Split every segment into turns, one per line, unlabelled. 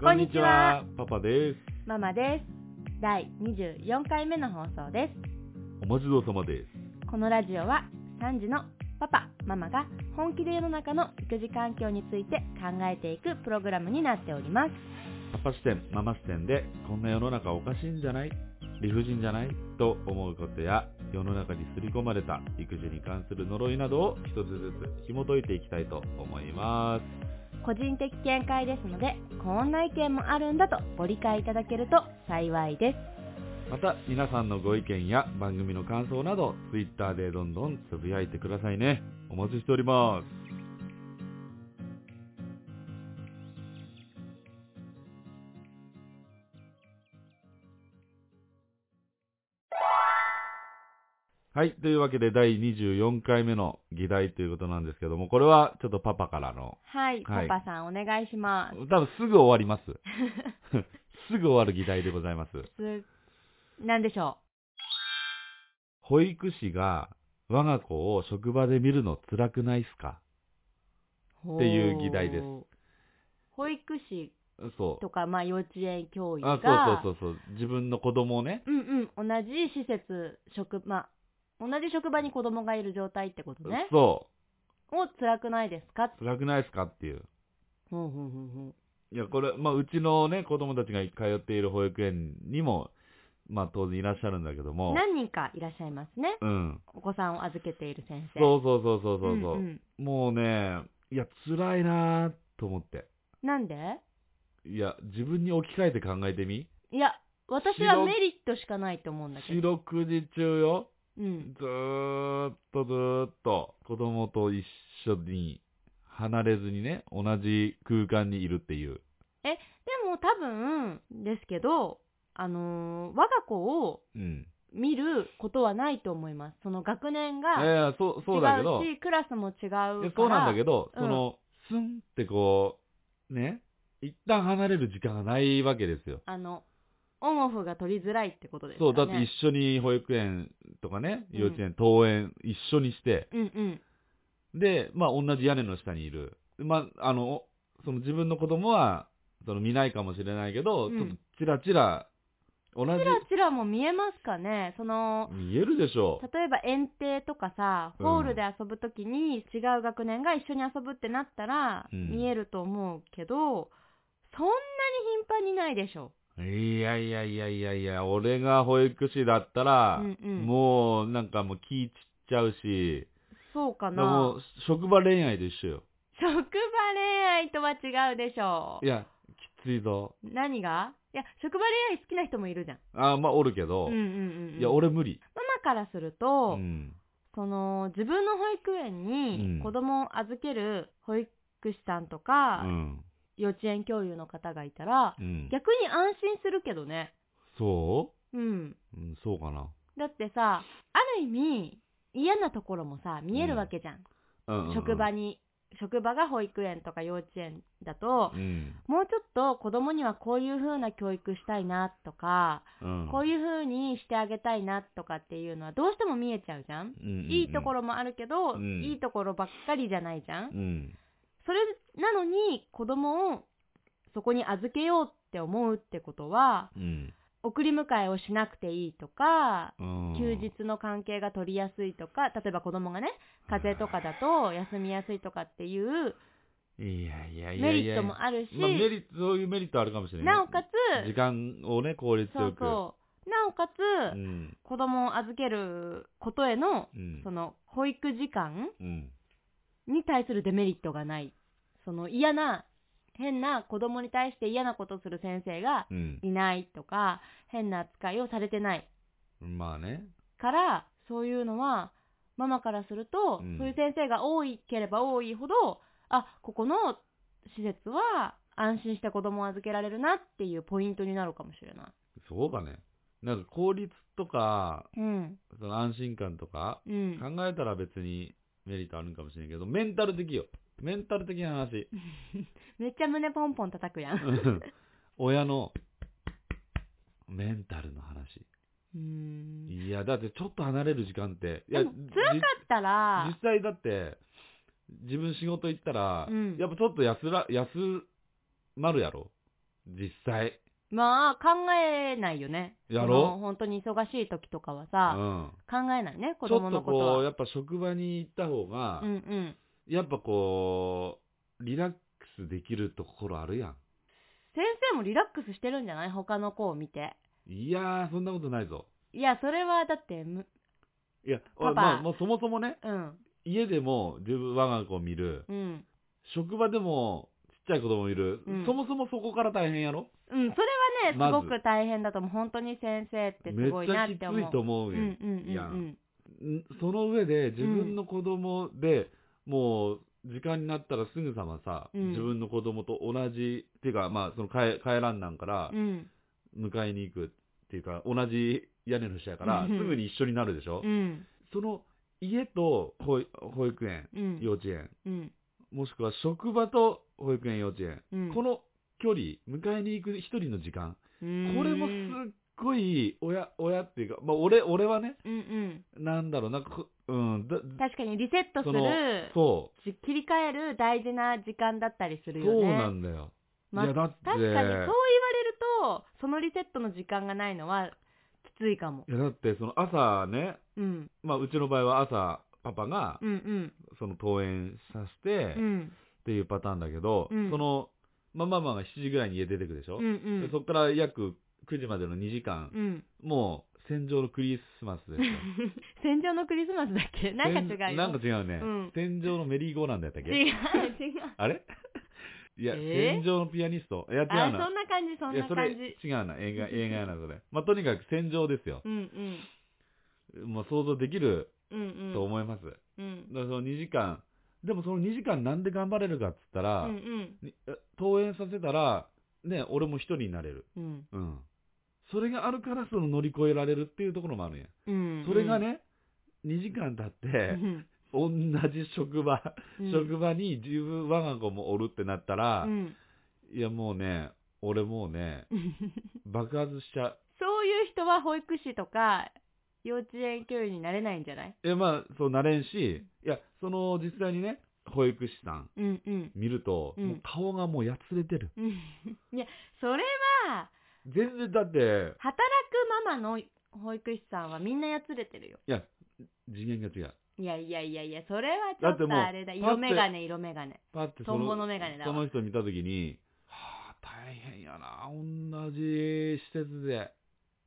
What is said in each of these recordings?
こんにちは。
パパです。
ママです。第24回目の放送です。
お待ちどうさまです。
このラジオは3時のパパ、ママが本気で世の中の育児環境について考えていくプログラムになっております。
パパ視点、ママ視点で、こんな世の中おかしいんじゃない理不尽じゃないと思うことや、世の中に刷り込まれた育児に関する呪いなどを一つずつ紐解いていきたいと思います。
個人的見解ですので、こんな意見もあるんだとご理解いただけると幸いです。
また、皆さんのご意見や番組の感想など、Twitter でどんどんつぶやいてくださいね。お待ちしております。はい。というわけで、第24回目の議題ということなんですけども、これはちょっとパパからの、
はい、
はい
パパさんお願いします。
多分すぐ終わります。すぐ終わる議題でございます。
すなんでしょ
保育士が我が子を職場で見るの辛くないっすか
う
っていう議題です。
ほう保育士
そ
とか、まあ幼稚園教
う。
諭が、
あ、そうそうそうそう。自分の子供をね。
うんうん、同じ施設、職、まあ、同じ職場に子供がいる状態ってことね。
そ
を辛くないですか
う。辛くないっすかっていう。
ほうほうほうほう。
いや、これ、まあ、うちのね、子供たちが通っている保育園にも、まあ、当然いらっしゃるんだけども。
何人かいらっしゃいますね。
うん。
お子さんを預けている先生。
そうそうそうそうそうそう、
んん
もうね、いや、辛いなーと思って。
なんで
いや、自分に置き換えて考えてみ。
いや、私
し
は
ろ
メリットしかないと思うんだけ
四
ど。
六時中よ。
うん。
ずーっとずーっと子供と一緒に離れずにね、同じ空間にいるっていう。
でも多分、ですけど、あのー我が子を
うん。
見ることはないと思います。その学年
いやい
が
や、そう、
違
そうだけど、
うし、クラスも違うから。
いやそうなんだけど、
うん
その、スンってこう、ね、一旦離れる時間がないわけですよ。
あの、オンオフが取りづらいってことです
そ
よ
う、
ね。
だって一緒に保育園とかね、
うん
幼稚園、登園一緒にして、
うんうん。
で、まあ同じ屋根の下にいる。まあ、あの、その自分の子供は、その見ないかもしれないけど、
うん
ちょっとチラチラ、同じ
チラチラも見えますかねその、
見えるでしょ
例えば園庭とかさ、
うん
ホールで遊ぶときに違う学年が一緒に遊ぶってなったら、
うん
見えると思うけど、そんなに頻繁にないでしょ。
いやいやいやいやいや、俺が保育士だったら、
うんうん
もうなんかもう気散っちゃうし、
そうか
だからも
な
う職場恋愛と一緒よ。
職場恋愛とは違うでしょ
い。や、きついぞ。
何がいや、職場恋愛好きな人もいるじゃん。
あまあおるけど、
うんうんうん。
いや、。俺無理。
ママからする
う
と、
ん。
その自分の保育園
うん
に子供を預ける保育士さんとか、
うん。
幼稚園教諭の方がいたら
うん。
逆に安心するけどね
そ
うん
ううん、そうかな。
だってさある意味嫌なところもさ見えるわけじゃん、
うん、うん。
職場に職場が保育園とか幼稚園だと
う、ん。
もうちょっと子供にはこういう風な教育したいなとか、
うん。
こういう風にしてあげたいなとかっていうのはどうしても見えちゃうじゃん、
うん、うん
いいとこ。ろもあるけど、
うん
いいところばっかりじゃないじゃん、
うん。
それなのに子供をそこに預けようって思うってことは
うん。
送り迎えをしなくていいとか
うん。
休日の関係が取りやすいとか例えば子供がね風邪とかだと休みやすいとかっていう
いやいやいやいや。
メリットもあるし
まあ、メリット、そういうメリットあるかもしれない。
なおかつ
時間をね、効率
そ
よ
う
く。
そうなおか
う
つ
ん。
子供を預けることへの
うん
そ。の保育時間
うん。
に対するデメリットがないその嫌な変な子供に対して嫌なことする先生が
うん。
いないとか変な扱いをされてない
まあね。
からそういうのはママからすると、
うん
そういう先生が多いければ多いほどあここの施設は安心して子供を預けられるなっていうポイントになるかもしれない。
そうかね。なんか効率とか、
うん、
その安心感とか、
うん、
考えたら別にメリットあるんかもしれんけど、メンタル的よ。メンタル的な 話。
めっちゃ胸ポンポン叩くやん。
親の、メンタルの話。
うん、だ
いや、だってちょっと離れる時間って。いや、
でも辛
じ
ったら
実、際だって、自分仕事行ったら、
うん
やっぱちょっと安ら、休まるやろ。実際。
まあ、考えないよね。
やろ
その本当に忙しい時とかはさ、
うん。
考えないね、子
ちょ
供
っと
のこと
こう、
は。
やっぱ職場に行った方が
う、んうん。
やっぱこう、リラックスできるところあるやん。
先生もリラックスしてるんじゃない他の子を見て。
いやー、そんなことないぞ。
いや、それはだって、む
いや、
パパ
まあ、もうそもそもね、
うん、
家でも自分、我が子を見る、
うん。
職場でもちっちゃい子供いる、
うん
そもそもそこから大変やろ
うん、それは
ま
ね、
ず
すごく大変だと思う。本当に先生って
めっ
すごい
ち
な
ゃ
っ
きつ
て思う。
いと思う
うん
や。
うんんうん
や
うん。
んその上で自分の子供で、もう時間になったらすぐさまさ、
うん
自分の子供と同じっていうかまあその帰帰らんなんから
うん
迎えに行くっていうか同じ屋根の下やから
うん
すぐに一緒になるでしょ、
うん
その家と保育保育園
うん
幼稚園
うん
もしくは職場と保育園幼稚園、
うん
この距離迎えに行く一人の時間これもす
うん
っごい親親っていうか、まあ、俺俺はね
うん
なんだろうなんかこうんだ
確かにリセットする
そ
し切り替える大事な時間だったりす
う、
るよ
そう
ね
なんだよ、
まあ
いやだって
確かにそう言われるとそのリセットの時間がないのはきついかも、
いやだってその朝ね、
うん、
まあ、うちの場合は朝パパが
うんうん
その登園させて
う
っ
ん
ていうパターンだけど、
うん
その、まあ、ママが7時ぐらいに家出てくでしょ、
うんうん
でそこから約9時までの2時間、
うん、
もう戦場のクリスマスですよ
戦場のクリスマスだっけ なんか違うよ
戦なんか違うね、
うん
戦場のメリーゴーランドやったっけ
違 う違う
あれいや、
えー
戦場のピアニスト。いや、違う
あそん
な。
な感じそん
いや、
な
それ
感じ
違うな。映画、映画やな、それ。まあ、とにかく戦場ですよ。
うんうん
もう想像できる
うんうん
と思います。だか
うん
らその2時間、でもその2時間なんで頑張れるかっつった
う
ら、
ん
にえ登園させたら、ね、俺も一人になれる。
うん
うん。それがあるからその乗り越えられるっていうところもあるんや。
うん
それがね、2時間経って、同じ職場、職場に自分、我が子もおるってなったら、
うん
いやもうね、俺もうね、爆発しちゃう。
そういう人は保育士とか幼稚園教諭になれないんじゃない
え、まあ、そうなれんし、いや、その実際にね、保育士さん
うんうん。
見ると、
うん
もう顔がもうやつれてる。
いや、それは、
全然だって、
働くママの保育士さんはみんなやつれてるよ。
次元が違う。
いやいやいやいや、それはち
だ
ょ
っ
ってと
もう
あれだ。
パッ
色
て
眼鏡、色眼鏡。
パってそ
トンボ
の
の眼鏡だわ
その人見たときに、はあ、大変やな、同じ施設で。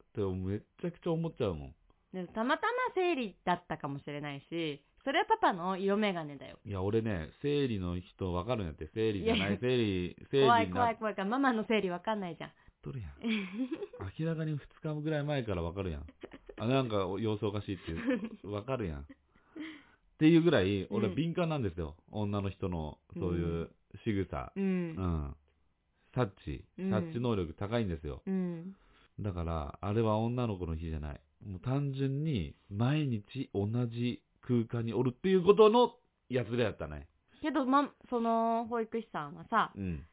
ってめっちゃくちゃ思っちゃうもん。
でたまたま生理だったかもしれないし、それはパパの色眼鏡だよ。
いや、俺ね、生理の人わかるんやって、生理じゃない
やい
い、
や
生理、生理にな
怖い怖い怖いから、ママの生理わかんないじゃん。
とるやん。明らかに2日ぐらい前からわかるやん。あ、なんか様子おかしいっていう、わかるやん。っていうぐらい、俺
うん
敏感なんですよ。女の人の、そういう仕草。
う
うん。
ん。
察知。
うん
察知能力高いんですよ。
うん。
だから、あれは女の子の日じゃない。もう単純に、毎日同じ空間におるっていうことの、やつらやったね。
けど、ま、その保育士さんはさ、
うん。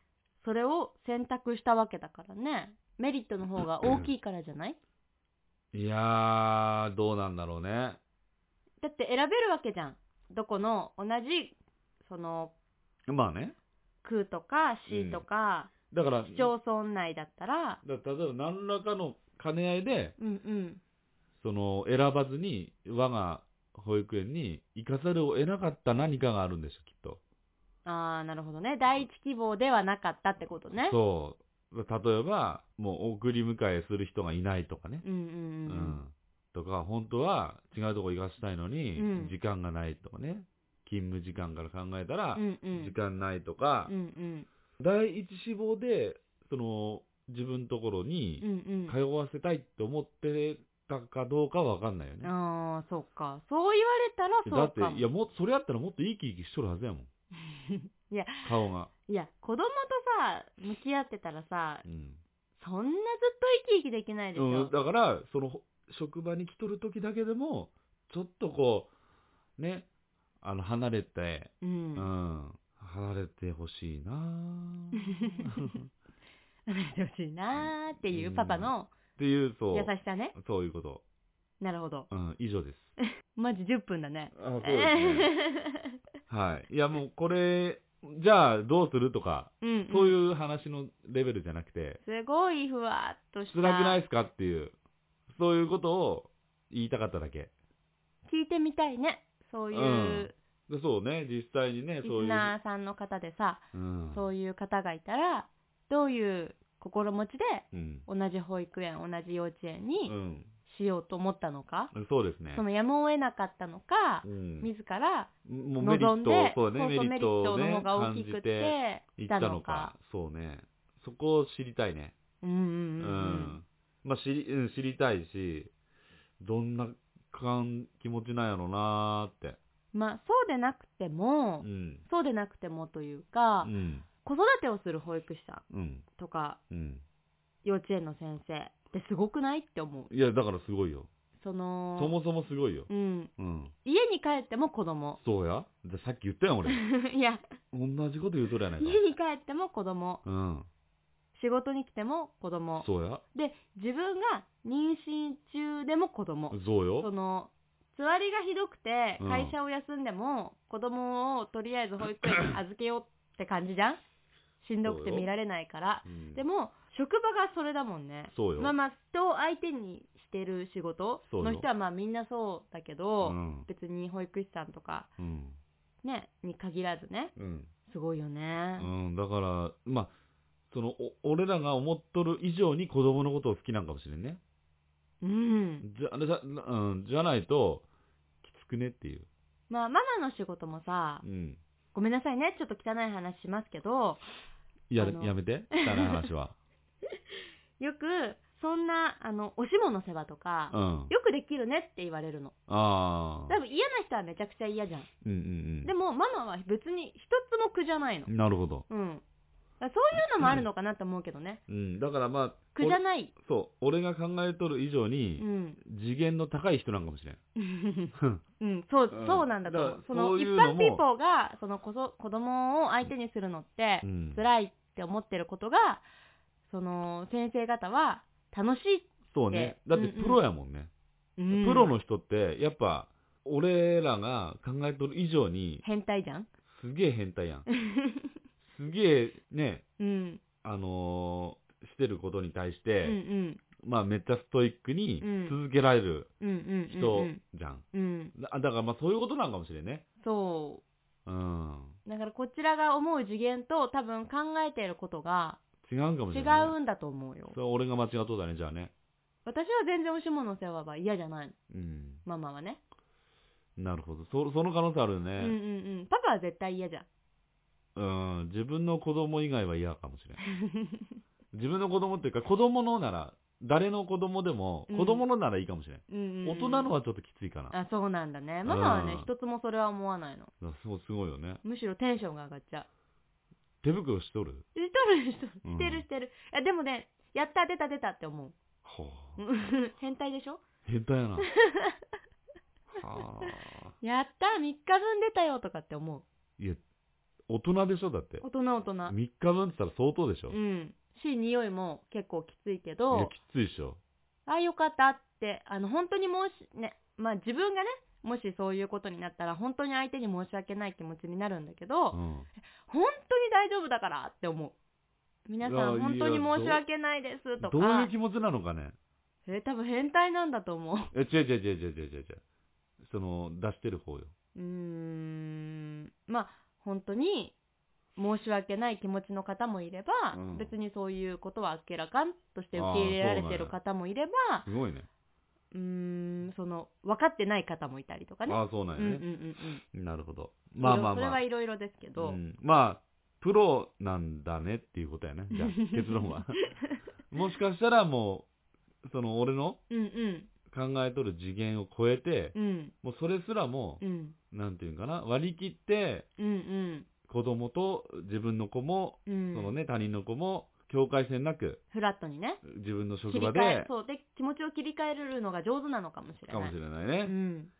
それを選択したわけだからね。メリットの方が大きいからじゃない
いやー、どうなんだろうね。
だって選べるわけじゃんどこの同じその
まあね。
区とか
うん
市とか、
だから、
市町村内だったら
だから例えば何らかの兼ね合いで、
うんうん
その選ばずに我が保育園に行かざるを得なかった何かがあるんでしょきっと、
ああなるほどね第一希望ではなかったってことね
そう例えばもう送り迎えする人がいないとかね、
うん
う
うんうん
とか本当は違うとこ行かしたいのに、
うん
時間がないとかね勤務時間から考えたら
う、んうん
時間ないとか、
うんうん
第一志望でその自分のところに
うん
通わせたいって思ってたかどうかは分かんないよね
うん、ああそうかそう言われた
だ
ら
っ
そう
て
かも
いやもうそれやったらもっと生き生きしとるはずやもん
いや
顔が、
いや子供とさ向き合ってたらさ
うん
そんなずっと生き生きできないでしょ、
うん、だからそのほ職場に来とる時だけでもちょっとこうねあの離れて
う
うんん、離れてほし いなぁ
離れてほしいなーっていうパパの
っていうそう
優しさね、
そういうこと、
なるほど
うん、以上です
マジ10分だね
あそうですね
え
はいいやもうこれじゃあどうするとか、
うん、うん。
そう
う。
いう話のレベルじゃなくて、
すごいふわっとした。
辛くないですかっていう、そういうことを言いたかっただけ。
聞いてみたいね。そういうう、
でそうね、実際にね、
リ
そうい
ス
う。
ナーさんの方でさ、
うん。
そういう方がいたら、どういう心持ちで
うん。
同じ保育園、同じ幼稚園
う
に
ん。
しようと思ったのか、
そうですね
そ。のやむを得なかったのか
う、ん。
自ら
もうメリ
望
ッ
ん
ト
で、
そうね、メ
メ
リ
リ
ッ
ット
トを
の方
ね、
が大
感
き
じ
く
て、
て、
行
い
ったのか。。そうね。そこを知りたいね。
うんうん
う
うんうん。
ん。まあ、知り、うん、知りたいし、どんな感、気持ちなんやろうなーって。
まあ、そうでなくても、
うん。
そうでなくてもというか、
うん。
子育てをする保育士さん
うん。
とか、
うん。
幼稚園の先生ってすごくないって思う。
いや、だからすごいよ。
その、
そもそもすごいよ。
うん。
うん。
家に帰っても子供。
そうや。でさっき言ったやん、俺。
いや、
同じこと言うとるやない
家
か。
に帰っても子供。
うん。
仕事に来ても子供。
そうや。
で、自分が妊娠中でも子供。
そう
そ
よ。
の、つわりがひどくて、
うん
会社を休んでも、子供をとりあえず保育 園に預けようって感じじゃんしんどく
そ
て
うよ
見られないから。
うん
でも、職場がそれだもんね。
そうよ。
まあまあ、人を相手にしてる仕事
そうよ
の人はまあみんなそうだけ
う
ど、
ん。
別に保育士さんとか
うん。
ね、に限らずね、
うん。
すごいよね。
うん。だから、まあ、その、お俺らが思っとる以上に子供のことを好きなんかもしれんね。
うん。
じゃ、あれじゃ、うん、じゃないと、きつくねっていう。
まあ、ママの仕事もさ
う、ん。
ごめんなさいね、ちょっと汚い話しますけど、
や
あの
る、やめて。汚い話 は。
よく、そんな、あの、おしもの世話とか
う、ん。
よくできるねって言われるの。
あ
多
あ。
分嫌な人はめちゃくちゃ嫌じゃん。
うんうん
でも、ママは別に一つも苦じゃないの
う。ん。なるほど。
うん。だからそういうのもあるのかなと思うけどね。
うん。だからまあ、
苦じゃない。
おそう、俺が考えとる以上
う
に、
ん。
次元の高い人なんかもしれん。
うん、 そう、
うん
そうなんだと思
だ
う。
か
そ
ら
の
そう
一
いうの
般
も
ピーポーが、そのこそ子供を相手にするのって
う、ん。
辛いって思ってることが、その先生方は楽しい。
そうね。だって
うんうん
プロやもんね。
うん
プロの人って、やっぱ、俺らが考えとる以上に、
変態じゃん。
すげえ変態や ん。すげえね、
うん。
あのーしてることに対し
うんう
て、
ん。
まあめっちゃストイックに
うん
続けられる
うんうん。
人じゃん。
うん。うん。
だだからまあそういうことなんかもしれんね。
そ
うん。
う。だからこちらが思う次元と多分考えていることが
違うんかもし
違
れない、ね。
うんだと思うよ
そ。れは俺が間違っとったね、じゃあね。
私は全然おしもの世話は嫌じゃないの。
うん。
ママはね。
なるほど。そその可能性あるよ
うん
ね。
うんうん。パパは絶対嫌じゃん。
うん、自分の子供以外は嫌かもしれん。 自分の子供っていうか、子供のなら、誰の子供でも
う、ん
子供のならいいかもしれん。
うんうんうん。
大人のはちょっときついかな。だか
あそうなんだねママは
う
ね
ん
一つもそれは思わないの
らすごいすごいよね。
むしろテンションが上がっちゃう
手袋しとる
しとるしとる
うん
してるしてるいやでもねやった出た出たって思う
はあ
うん変態でしょ
変 態やな。はあ。
やった3日分出たよとかって思う
いや、大人でしょだって。
大人大人
3日分って言ったら相当でしょ。
う
い
んし匂いも結構きついけ
や、
ど
きついでしょ。
あよかったってあの本当にもしねまあ自分がねもしそういうことになったら本当に相手に申し訳ない気持ちになるんだけど、
うん。
本当に大丈夫だからって思う皆さ
い
ん
や
本当に申し訳ないですとか
どういう気持ちなのかね。
えー多分変態なんだと思う。
え、違う違う違う違う違う違う。その、出してる方よ。
うーん。まあ、本当に申し訳ない気持ちの方もいれば、
うん
別にそういうことはあっけらかんとして受け入れられてる方もいれば、
すごいね。
うーん、その、分かってない方もいたりとかね。
ああ、そうな
うんんうん
や
う
ね。
ん
なるほど。
うん。
まあまあ
いろいろそれ
まあ
は。いろいろですけど、
うんまあ、プロなんだねっていうことやね。 じゃあ、結論は。もしかしたらもう、その俺の
うんうん、
考えとる次元を超えて
う、ん、
もうそれすらも
う、ん、
なんていうんかな、割り切って、
うん、うん、
子供と自分の子も、
うん。
そのね、他人の子も、境界線なく、
フラットにね。
自分の職
切り
場
替え
で、、
そう。で、気持ちを切り替えるのが上手なのかもしれ
か
ない。
もしれないうね。
ん。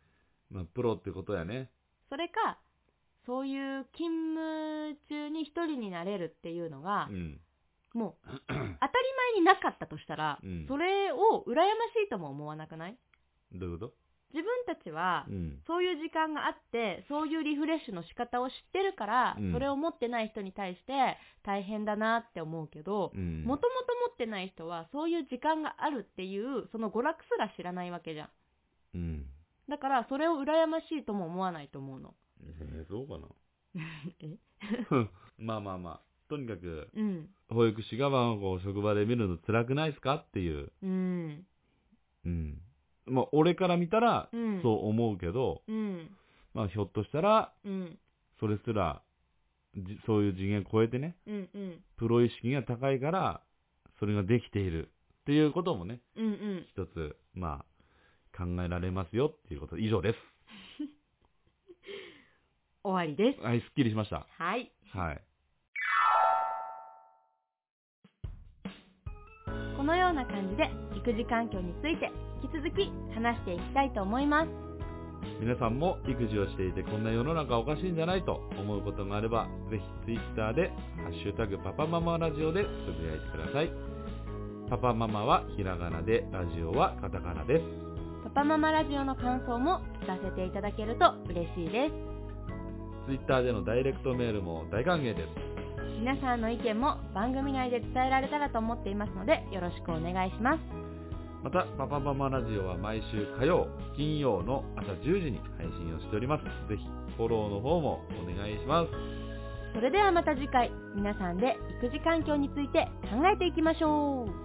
まあ、プロってことやね。
それか、そういう勤務中に一人になれるっていうのが
う、ん。
も う当たり前になかったとしたら、
うん
それを羨ましいとも思わなくない
どういうこ
自分たちは、
うん。
そういう時間があって、そういうリフレッシュの仕方を知ってるから、
うん
それを持ってない人に対して大変だなって思うけど、
うん。
もともと持ってない人は、そういう時間があるっていう、その娯楽すら知らないわけじゃ
う
ん。
ん。
だから、それを羨ましいとも思わないと思う の。
えー、そうかな。
え
まあまあまあ。とにかく、
うん。
保育士がワンコを職場で見るの辛くないですかっていう。
うん。
うん。まあ、俺から見たら、
うん。
そう思うけど、
うん。
まあ、ひょっとしたら、
うん。
それすら、じそういう次元超えてね、
うん。うん。
プロ意識が高いから、それができている。っていうこともね、
うん。うん。
一つ、まあ、考えられますよっていうこと。以上です。
終わりです。
はい、すっきりしました。
はい。
はい。
このような感じで、育児環境について、引き続き話していきたいと思います。
皆さんも育児をしていてこんな世の中おかしいんじゃないと思うことがあれば、ぜひ Twitter で、ハッシュタグパパママラジオでつぶやいてください。パパママはひらがなで、ラジオはカタカナです。
パパママラジオの感想も聞かせていただけると嬉しいです。
Twitter でのダイレクトメールも大歓迎です。
皆さんの意見も番組内で伝えられたらと思っていますのでよろしくお願いします
また、パパママラジオは毎週火曜、金曜の朝10時に配信をしております。ぜひ、フォローの方もお願いします。
それではまた次回皆さんで育児環境について考えていきましょう